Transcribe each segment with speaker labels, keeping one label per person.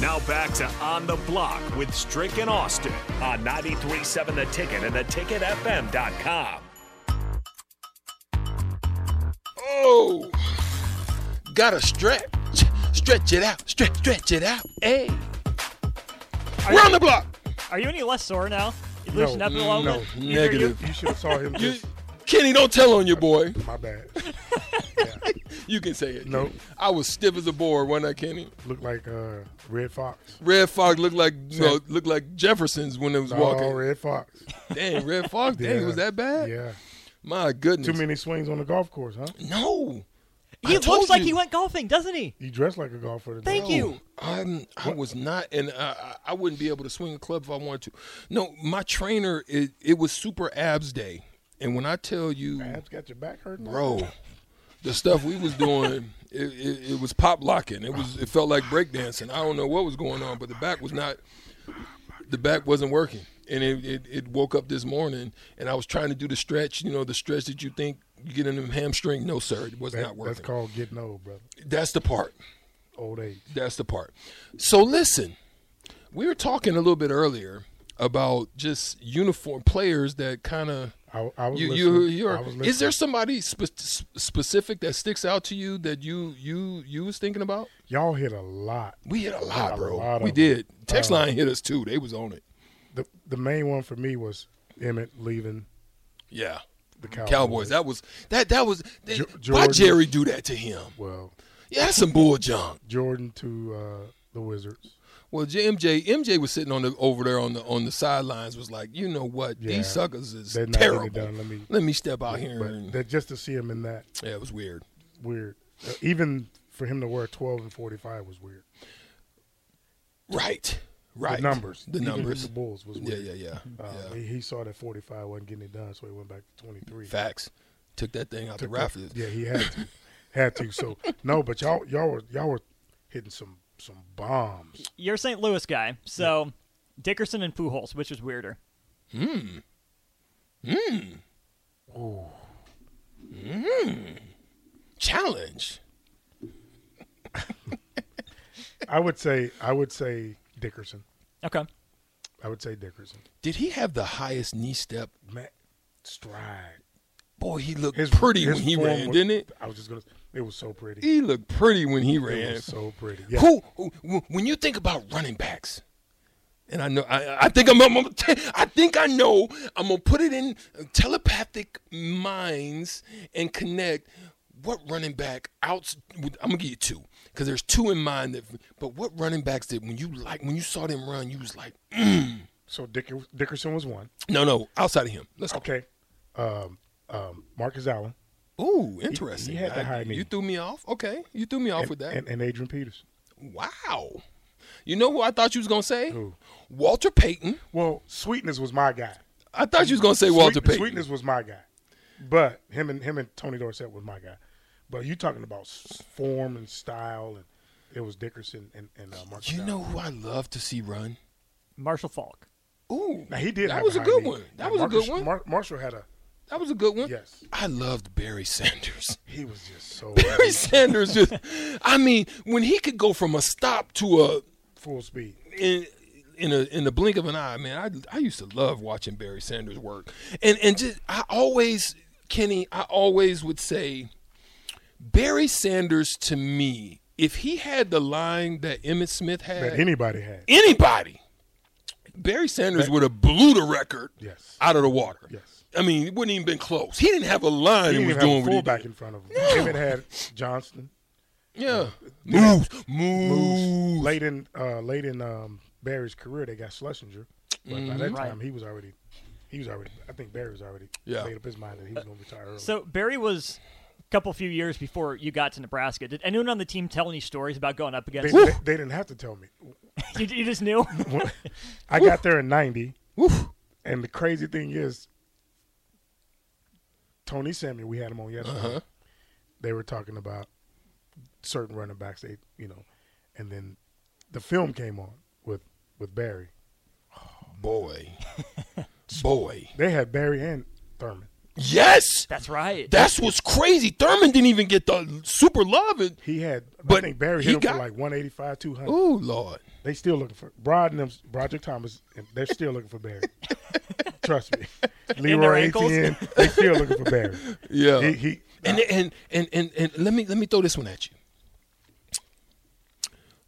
Speaker 1: Now back to On the Block with Strick and Austin on 937 The Ticket and theticketfm.com.
Speaker 2: Oh, gotta stretch, stretch it out, stretch, stretch it out. Hey,
Speaker 3: Are
Speaker 2: we're
Speaker 3: you-
Speaker 2: on the block.
Speaker 3: Are you any less sore now? You loosened up a little
Speaker 4: no,
Speaker 3: bit? You- you're-
Speaker 2: Negative.
Speaker 4: You should have saw him
Speaker 2: You,
Speaker 4: just.
Speaker 2: Kenny, don't tell on your boy.
Speaker 4: my bad.
Speaker 2: You can say it. Kenny.
Speaker 4: Nope.
Speaker 2: I was stiff as a board, wasn't I, Kenny?
Speaker 4: Looked like uh, Red Fox.
Speaker 2: Red Fox looked like you know, looked like Jefferson's when it was
Speaker 4: Oh,
Speaker 2: walking.
Speaker 4: Red Fox.
Speaker 2: Dang, Red Fox. Dang,
Speaker 4: Yeah.
Speaker 2: was that bad?
Speaker 4: Yeah.
Speaker 2: My goodness.
Speaker 4: Too many swings on the golf course, huh?
Speaker 2: No. I
Speaker 3: He
Speaker 2: told
Speaker 3: looks like
Speaker 2: you.
Speaker 3: he went golfing, doesn't he?
Speaker 4: You dressed like a golfer today.
Speaker 3: Thank you.
Speaker 2: Oh, I'm, I was not, and I, I- I wouldn't be able to swing a club if I wanted to. No, my trainer, it, it was Super Abs Day, and when I tell you,
Speaker 4: Perhaps got your back hurting.
Speaker 2: bro, the stuff we was doing, it, it, it was pop locking. It was, it felt like breakdancing. I don't know what was going on, but the back was not, the back wasn't working, and it, it, it woke up this morning, and I was trying to do the stretch, you know, the stretch that you think you get in the hamstring. No, sir, it was
Speaker 4: That-
Speaker 2: not working.
Speaker 4: That's called getting old, brother.
Speaker 2: that's the part.
Speaker 4: Old age.
Speaker 2: That's the part. So listen, we were talking a little bit earlier about just uniform players that kind of
Speaker 4: I, I was
Speaker 2: you you
Speaker 4: listening.
Speaker 2: you're.
Speaker 4: I was
Speaker 2: Is there
Speaker 4: listening.
Speaker 2: somebody spe- s- specific that sticks out to you that you you you was thinking about?
Speaker 4: Y'all hit a lot.
Speaker 2: We hit a lot,
Speaker 4: A
Speaker 2: bro.
Speaker 4: lot
Speaker 2: we
Speaker 4: of Uh,
Speaker 2: did. Text line hit us too. They was on it.
Speaker 4: The the main one for me was Emmett leaving
Speaker 2: Yeah.
Speaker 4: the Cowboys.
Speaker 2: Cowboys. That was that. That was. They,
Speaker 4: Jo-
Speaker 2: why
Speaker 4: Jordan-
Speaker 2: Jerry do that to him?
Speaker 4: well,
Speaker 2: Yeah, that's some bull junk.
Speaker 4: Jordan to uh, the Wizards.
Speaker 2: Well, JMJ MJ was sitting on the over there on the on the sidelines. Was like, you know what?
Speaker 4: Yeah.
Speaker 2: These suckers is
Speaker 4: They're not
Speaker 2: terrible.
Speaker 4: really done. Let me.
Speaker 2: Let me step out here.
Speaker 4: But
Speaker 2: And,
Speaker 4: that just to see him in that
Speaker 2: yeah, it was weird.
Speaker 4: weird. Uh, even for him to wear 12 and 45 was weird.
Speaker 2: Right, right.
Speaker 4: The numbers.
Speaker 2: The
Speaker 4: Even with
Speaker 2: numbers.
Speaker 4: the Bulls was
Speaker 2: Yeah,
Speaker 4: weird.
Speaker 2: yeah, yeah.
Speaker 4: Uh,
Speaker 2: yeah.
Speaker 4: He, he saw that 45 wasn't getting it done, so he went back to 23.
Speaker 2: Facts. Took that thing out the
Speaker 4: Took
Speaker 2: rafters.
Speaker 4: that- Yeah, he had to. had to. So, no, but y'all y'all were y'all were hitting some some bombs.
Speaker 3: You're a St. Louis guy, so Dickerson and Pujols, which is weirder?
Speaker 2: Challenge.
Speaker 4: I would say I would say Dickerson.
Speaker 3: Okay.
Speaker 4: I would say Dickerson.
Speaker 2: Did he have the highest knee step?
Speaker 4: Matt stride.
Speaker 2: Boy, he looked pretty
Speaker 4: his
Speaker 2: when he
Speaker 4: form
Speaker 2: ran,
Speaker 4: was-
Speaker 2: didn't it?
Speaker 4: I was just gonna. It was so pretty.
Speaker 2: He looked pretty when he
Speaker 4: It
Speaker 2: ran.
Speaker 4: was so pretty. Yeah.
Speaker 2: Who, who- who- when you think about running backs, and I know, I, I think I'm, I'm, I'm- I think I know. I'm gonna put it in telepathic minds and connect. What running back out? I'm gonna give you two because there's two in mind. That, but what running backs did when you like when you saw them run, you was like,
Speaker 4: So Dick, Dickerson was one.
Speaker 2: no, no, outside of him. Let's go.
Speaker 4: Okay. Um, um, Marcus Allen
Speaker 2: Ooh, interesting.
Speaker 4: he Oh, had the
Speaker 2: I-
Speaker 4: high knee.
Speaker 2: you threw me off. Okay, you threw me off
Speaker 4: and,
Speaker 2: with that.
Speaker 4: and, and Adrian Peterson.
Speaker 2: wow. You know who I thought you was gonna say?
Speaker 4: Who?
Speaker 2: Walter Payton.
Speaker 4: Well, Sweetness was my guy.
Speaker 2: I thought you was gonna say Walter
Speaker 4: Sweet-
Speaker 2: Payton.
Speaker 4: Sweetness was my guy, but him and him and Tony Dorsett was my guy. But you talking about s- form and style, and it was Dickerson and and uh, Marcus.
Speaker 2: You
Speaker 4: Allen.
Speaker 2: know who I love to see run?
Speaker 3: Marshall Falk.
Speaker 2: Ooh,
Speaker 4: now he did.
Speaker 2: That
Speaker 4: have
Speaker 2: was a
Speaker 4: high
Speaker 2: good
Speaker 4: knee.
Speaker 2: one. That
Speaker 4: Now,
Speaker 2: was a
Speaker 4: Marcus-
Speaker 2: good one.
Speaker 4: Mar- Marshall had a.
Speaker 2: That was a good one.
Speaker 4: Yes.
Speaker 2: I loved Barry Sanders.
Speaker 4: He was just so
Speaker 2: Barry Sanders just, I mean, when he could go from a stop to a
Speaker 4: full speed.
Speaker 2: in in a in the blink of an eye, man. I I used to love watching Barry Sanders work, and and just I always Kenny, I always would say Barry Sanders to me, if he had the line that Emmett Smith had,
Speaker 4: That anybody had.
Speaker 2: anybody. Barry Sanders would have blew the record
Speaker 4: Yes.
Speaker 2: out of the water.
Speaker 4: Yes.
Speaker 2: I mean, it wouldn't even been close. He didn't have a line
Speaker 4: He
Speaker 2: and
Speaker 4: didn't
Speaker 2: was
Speaker 4: even
Speaker 2: doing
Speaker 4: have a
Speaker 2: what he
Speaker 4: fullback
Speaker 2: did.
Speaker 4: in front of him. Emmett had Johnston.
Speaker 2: Yeah. Moves. Moves.
Speaker 4: Moves. Late in uh, late in um, Barry's career, they got Schlesinger, but by that
Speaker 3: Mm-hmm. Right.
Speaker 4: time he was already he was already. I think Barry was already
Speaker 2: Yeah.
Speaker 4: made up his mind that he was going to retire early.
Speaker 3: So Barry was a couple few years before you got to Nebraska. Did anyone on the team tell any stories about going up
Speaker 4: they,
Speaker 3: against
Speaker 4: they, they didn't have to tell me.
Speaker 3: you, you just knew?
Speaker 4: I got there in '90,
Speaker 2: Woof.
Speaker 4: and the crazy thing is, Tony Samuel. We had him on yesterday.
Speaker 3: Uh-huh.
Speaker 4: They were talking about certain running backs. They, you know, and then the film came on with with Barry.
Speaker 2: Boy. Boy.
Speaker 4: They had Barry and Thurman.
Speaker 2: Yes,
Speaker 3: That's right.
Speaker 2: that's what's crazy. Thurman didn't even get the super love. And,
Speaker 4: He had,
Speaker 2: But
Speaker 4: I think Barry
Speaker 2: he
Speaker 4: hit him
Speaker 2: got-
Speaker 4: for like 185, 200.
Speaker 2: oh Lord,
Speaker 4: They still looking for Broad and them, Broderick Thomas, and they're still looking for Barry. Trust me, Leroy
Speaker 3: ankles?
Speaker 4: Etienne, they still looking for Barry.
Speaker 2: yeah.
Speaker 4: He, he
Speaker 2: and, and and and and let me let me throw this one at you.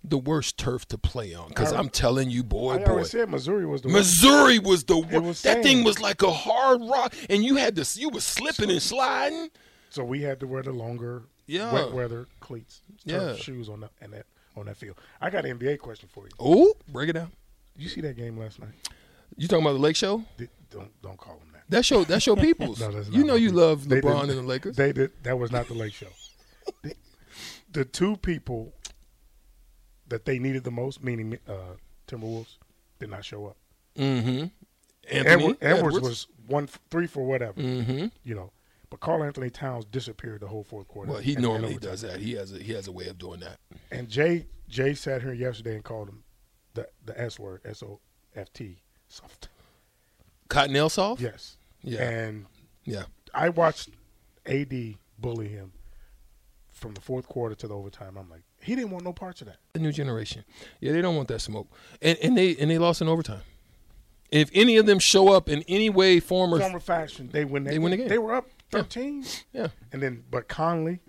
Speaker 2: The worst turf to play on, because
Speaker 4: I-
Speaker 2: I'm telling you,
Speaker 4: I
Speaker 2: boy, boy,
Speaker 4: already said Missouri was the worst.
Speaker 2: Missouri was the worst.
Speaker 4: was
Speaker 2: that thing
Speaker 4: sand.
Speaker 2: was like a hard rock, and you had this. You were slipping and sliding.
Speaker 4: So we had to wear the longer,
Speaker 2: Yeah.
Speaker 4: wet weather cleats,
Speaker 2: Yeah.
Speaker 4: turf shoes on that and that on that field. I got an NBA question for you.
Speaker 2: Oh, break it down.
Speaker 4: Did you see that game last night?
Speaker 2: You talking about the Lake Show?
Speaker 4: Did, don't don't call them that.
Speaker 2: That's your that's your people's.
Speaker 4: No, that's not
Speaker 2: you know
Speaker 4: my
Speaker 2: you
Speaker 4: people.
Speaker 2: love
Speaker 4: They
Speaker 2: LeBron and
Speaker 4: didn't-
Speaker 2: the Lakers.
Speaker 4: They did. That was not the Lake Show. the, the two people that they needed the most, meaning uh, Timberwolves, did not show up.
Speaker 2: mm-hmm. Anthony Mm-hmm.
Speaker 4: Edward, Edwards, was one f- three for whatever, you know. But Carl Anthony Towns disappeared the whole fourth quarter.
Speaker 2: Well, he
Speaker 4: And- and
Speaker 2: normally
Speaker 4: overtime.
Speaker 2: does that. He has a he has a way of doing that.
Speaker 4: And Jay Jay sat here yesterday and called him the the S word S O F T soft.
Speaker 2: Cottonelle soft.
Speaker 4: Yes.
Speaker 2: Yeah.
Speaker 4: And
Speaker 2: Yeah.
Speaker 4: I watched AD bully him from the fourth quarter to the overtime. I'm like, he didn't want no parts of that.
Speaker 2: The new generation. Yeah, they don't want that smoke. And and they and they lost in overtime. If any of them show up in any way, form, or
Speaker 4: Former fashion, they win. That
Speaker 2: They win the game.
Speaker 4: They were up 13,
Speaker 2: yeah,
Speaker 4: and then but Conley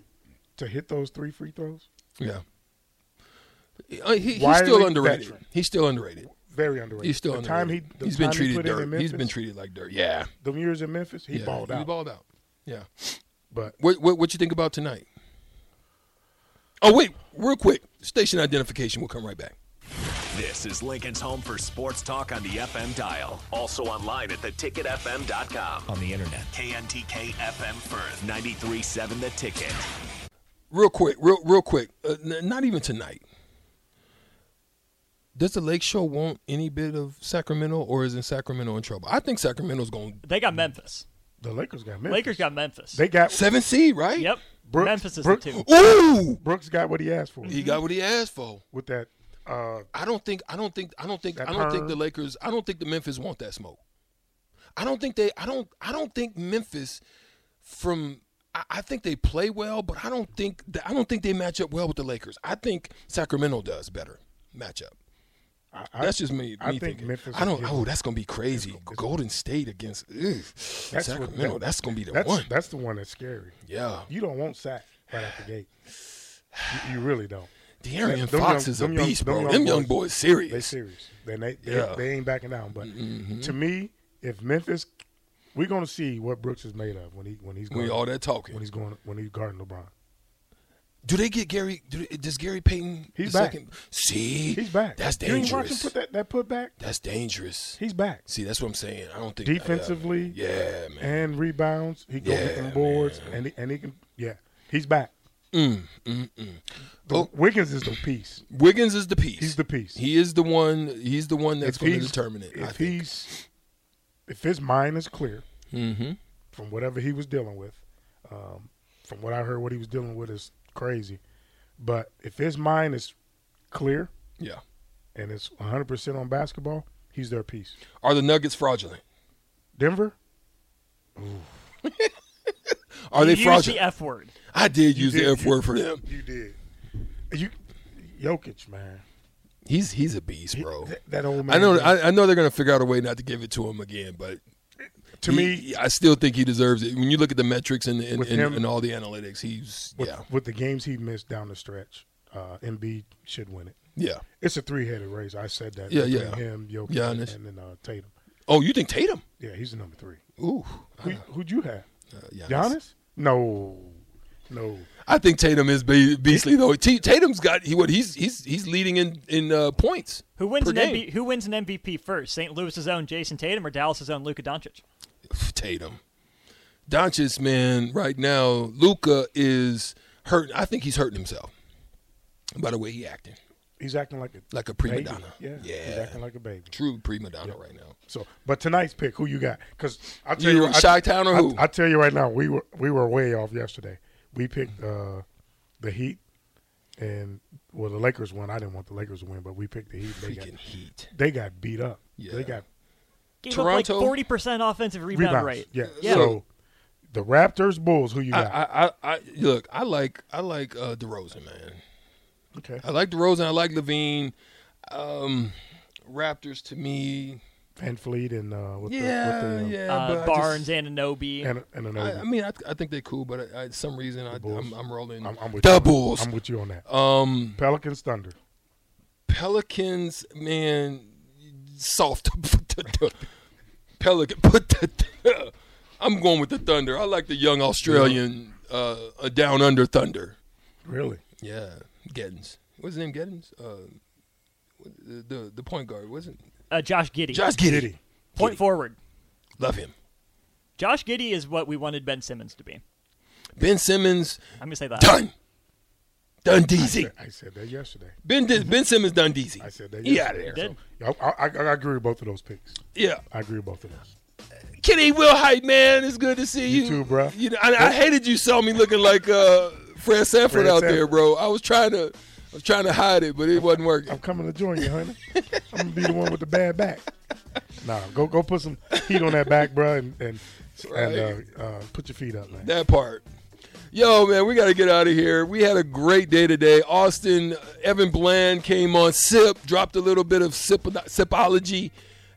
Speaker 4: to hit those three free throws,
Speaker 2: yeah. Uh, he- he's
Speaker 4: Wiley
Speaker 2: still underrated.
Speaker 4: veteran.
Speaker 2: He's still underrated.
Speaker 4: very underrated.
Speaker 2: He's still
Speaker 4: the
Speaker 2: underrated.
Speaker 4: time he the
Speaker 2: he's been
Speaker 4: time he
Speaker 2: treated
Speaker 4: put in in
Speaker 2: dirt.
Speaker 4: Memphis,
Speaker 2: He's been treated like dirt. Yeah,
Speaker 4: the years in Memphis. He
Speaker 2: yeah.
Speaker 4: balled
Speaker 2: He
Speaker 4: out,
Speaker 2: balled out. Yeah.
Speaker 4: but
Speaker 2: What, what what you think about tonight? Oh wait, real quick. Station identification. We'll come right back.
Speaker 1: This is Lincoln's home for sports talk on the FM dial. Also online at theticketfm.com. On the internet. KNTK FM Firth, 93.7 The Ticket.
Speaker 2: Real quick. Real real quick. Uh, n- not even tonight. Does the Lake Show want any bit of Sacramento, or is in Sacramento in trouble? I think Sacramento's going
Speaker 3: They got Memphis.
Speaker 4: the Lakers got Memphis.
Speaker 3: Lakers got Memphis.
Speaker 4: they got
Speaker 2: seven seed, right?
Speaker 3: yep.
Speaker 4: Brooks-
Speaker 3: Memphis is
Speaker 4: Brooks-
Speaker 3: the two.
Speaker 2: Ooh,
Speaker 4: Brooks got what he asked for
Speaker 2: he got what he asked for.
Speaker 4: with that. Uh,
Speaker 2: I don't think. I don't think. I don't think.
Speaker 4: That
Speaker 2: I don't think
Speaker 4: perm.
Speaker 2: the Lakers. I don't think the Memphis want that smoke. I don't think they. I don't. I don't think Memphis. From I, I think they play well, but I don't think. That, I don't think they match up well with the Lakers. I think Sacramento does better matchup.
Speaker 4: I, I-
Speaker 2: That's just me. me
Speaker 4: I think
Speaker 2: thinking.
Speaker 4: Memphis
Speaker 2: I
Speaker 4: will
Speaker 2: don't.
Speaker 4: get-
Speaker 2: Oh, that's gonna be crazy. Golden State against ugh,
Speaker 4: what-
Speaker 2: Sacramento.
Speaker 4: that-
Speaker 2: that's gonna be the
Speaker 4: that's
Speaker 2: one.
Speaker 4: that's the one that's scary.
Speaker 2: yeah,
Speaker 4: You don't want sack right out the gate. You, you really don't.
Speaker 2: De'Aaron
Speaker 4: them
Speaker 2: Fox
Speaker 4: young-
Speaker 2: is a
Speaker 4: them young-
Speaker 2: beast,
Speaker 4: them
Speaker 2: bro.
Speaker 4: young
Speaker 2: Them young
Speaker 4: boys,
Speaker 2: boys
Speaker 4: They
Speaker 2: serious.
Speaker 4: serious. They they, they,
Speaker 2: Yeah. Mm-hmm.
Speaker 4: they ain't backing down. But to me, if Memphis, we're gonna see what Brooks is made of when he when he's
Speaker 2: We
Speaker 4: going
Speaker 2: all that talking.
Speaker 4: when he's going when he's guarding LeBron.
Speaker 2: Do they get Gary? Do, does Gary Payton?
Speaker 4: He's
Speaker 2: the
Speaker 4: back.
Speaker 2: see,
Speaker 4: He's back.
Speaker 2: That's
Speaker 4: You ain't watch him
Speaker 2: dangerous.
Speaker 4: put that that put back.
Speaker 2: That's dangerous.
Speaker 4: He's back
Speaker 2: See, that's what I'm saying. I don't think uh,
Speaker 4: defensively.
Speaker 2: Yeah, man.
Speaker 4: And rebounds. He go
Speaker 2: Yeah,
Speaker 4: get them boards and he, and he can. Yeah, he's back. The,
Speaker 2: Mm, Oh.
Speaker 4: Wiggins is the piece.
Speaker 2: Wiggins is the piece.
Speaker 4: He's the piece.
Speaker 2: He is the one. He's the one that's
Speaker 4: If
Speaker 2: going to
Speaker 4: he's-
Speaker 2: determine it.
Speaker 4: If
Speaker 2: I think.
Speaker 4: he's if his mind is clear,
Speaker 2: Mm-hmm.
Speaker 4: from whatever he was dealing with. Um, from what I heard, what he was dealing with is crazy. But if his mind is clear
Speaker 2: Yeah.
Speaker 4: and it's 100% on basketball, he's their piece.
Speaker 2: Are the Nuggets fraudulent?
Speaker 4: Denver,
Speaker 2: Are they
Speaker 3: You used
Speaker 2: fraudulent?
Speaker 3: the F word.
Speaker 2: I did
Speaker 4: You
Speaker 2: use
Speaker 4: did-
Speaker 2: the F
Speaker 4: you-
Speaker 2: word for them.
Speaker 4: you did. You, Jokic, man.
Speaker 2: He's he's a beast,
Speaker 4: He-
Speaker 2: bro.
Speaker 4: th- that old man.
Speaker 2: I know. I, I know they're going to figure out a way not to give it to him again, but.
Speaker 4: to
Speaker 2: he-
Speaker 4: me,
Speaker 2: I still think he deserves it. When you look at the metrics and and,
Speaker 4: With
Speaker 2: and,
Speaker 4: him-
Speaker 2: and all the analytics, he's
Speaker 4: with,
Speaker 2: yeah,
Speaker 4: with the games he missed down the stretch, uh, Embiid should win it.
Speaker 2: yeah.
Speaker 4: It's a three headed race. I said that.
Speaker 2: Yeah,
Speaker 4: between
Speaker 2: yeah.
Speaker 4: Him, Jokic,
Speaker 2: Giannis.
Speaker 4: and then uh, Tatum.
Speaker 2: Oh, you think Tatum?
Speaker 4: Yeah, he's the number three.
Speaker 2: Ooh,
Speaker 4: Who, who'd you have?
Speaker 2: uh, Giannis.
Speaker 4: Giannis? No, no.
Speaker 2: I think Tatum is be- beastly though. T- Tatum's got he what he's he's he's leading in in uh, points.
Speaker 3: Who wins
Speaker 2: per
Speaker 3: an
Speaker 2: game.
Speaker 3: MB, Who wins an MVP first? St. Louis's own Jason Tatum or Dallas's own Luka Doncic?
Speaker 2: Tatum, Doncic, man, right now Luca is hurt. I think he's hurting himself. By the way, he acting
Speaker 4: He's acting like a
Speaker 2: like a prima
Speaker 4: baby.
Speaker 2: donna.
Speaker 4: Yeah, he's
Speaker 2: yeah,
Speaker 4: acting like a baby.
Speaker 2: true prima donna right now.
Speaker 4: So, but tonight's pick, who you got? Because I tell
Speaker 2: You
Speaker 4: you,
Speaker 2: want
Speaker 4: I-
Speaker 2: Chi-Town or
Speaker 4: I-
Speaker 2: who?
Speaker 4: I, tell you right now, we were we were way off yesterday. We picked uh, the Heat, and well, the Lakers won. I didn't want the Lakers to win, but we picked the Heat. They got
Speaker 2: Freaking heat.
Speaker 4: they got beat up.
Speaker 2: Yeah.
Speaker 4: They got
Speaker 3: Gave up
Speaker 2: Toronto?
Speaker 3: like forty percent offensive rebound
Speaker 4: rebounds.
Speaker 3: rate.
Speaker 4: Yeah.
Speaker 3: Yeah.
Speaker 4: So The Raptors, Bulls. Who you got?
Speaker 2: I, I, I look. I like I like uh, DeRozan, man.
Speaker 4: okay.
Speaker 2: I like DeRozan. I like Levine. Um, Raptors to me.
Speaker 4: Van Fleet and uh, with
Speaker 2: yeah,
Speaker 4: the, with the, uh,
Speaker 2: yeah. but I
Speaker 3: Uh,
Speaker 2: just-
Speaker 3: Barnes, Ananobi.
Speaker 4: And, and an
Speaker 2: I, I mean, I, I think they're cool, but I, I, some reason I,
Speaker 4: Bulls.
Speaker 2: I'm, I'm rolling.
Speaker 4: I'm, I'm with you. on-
Speaker 2: doubles.
Speaker 4: I'm with you on that.
Speaker 2: um,
Speaker 4: Pelicans, Thunder.
Speaker 2: Pelicans, man, soft. Pelican, put the. I'm going with the Thunder. I like the young Australian uh, uh, down under Thunder.
Speaker 4: Really?
Speaker 2: Yeah, Geddens. What's his name? Geddens. Uh, what- the, the the point guard wasn't
Speaker 3: Uh, Josh Giddy.
Speaker 2: Josh Giddey.
Speaker 3: Point forward.
Speaker 2: Love him.
Speaker 3: Josh Giddy is what we wanted Ben Simmons to be.
Speaker 2: Ben Simmons
Speaker 3: I'm gonna say that.
Speaker 2: done. Done DZ.
Speaker 4: I said that yesterday.
Speaker 2: Ben Ben Simmons done DZ.
Speaker 4: I said that.
Speaker 2: He
Speaker 4: yesterday.
Speaker 2: out of there.
Speaker 3: You did?
Speaker 4: Yeah, I, I, I agree with both of those picks.
Speaker 2: Yeah.
Speaker 4: I agree with both of those.
Speaker 2: Kenny Will Hype, man. It's good to see you.
Speaker 4: You too, bro.
Speaker 2: You know, I, I hated you saw me looking like uh, Fred Sanford
Speaker 4: Fred
Speaker 2: out there,
Speaker 4: Sanford.
Speaker 2: bro. I was trying to, I was trying to hide it, but it wasn't
Speaker 4: I'm
Speaker 2: working.
Speaker 4: coming to join you, honey. I'm gonna be the one with the bad back. Nah, go go put some heat on that back, bro, and and, and uh, uh, put your feet up, man.
Speaker 2: That part. Yo, man, we got to get out of here. We had a great day today. Austin, Evan Bland came on SIP, dropped a little bit of SIP, SIPology,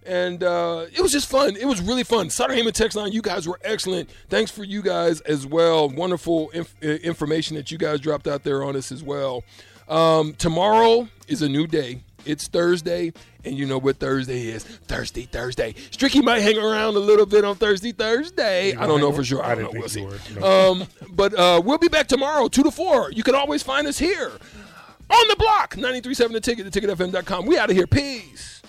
Speaker 2: and uh, it was just fun. It was really fun. Sutter Heyman Text Line, you guys were excellent. Thanks for you guys as well. Wonderful inf- uh, information that you guys dropped out there on us as well. Um, tomorrow is a new day. It's Thursday, and you know what Thursday is. Thursday, Thursday. Stricky might hang around a little bit on Thursday, Thursday. I don't know for sure. I,
Speaker 4: I
Speaker 2: don't know.
Speaker 4: didn't
Speaker 2: We'll see.
Speaker 4: think you were. No.
Speaker 2: Um, but uh, we'll be back tomorrow, 2 to 4. You can always find us here on the block, 937 The Ticket, theticketfm.com. We out of here. Peace.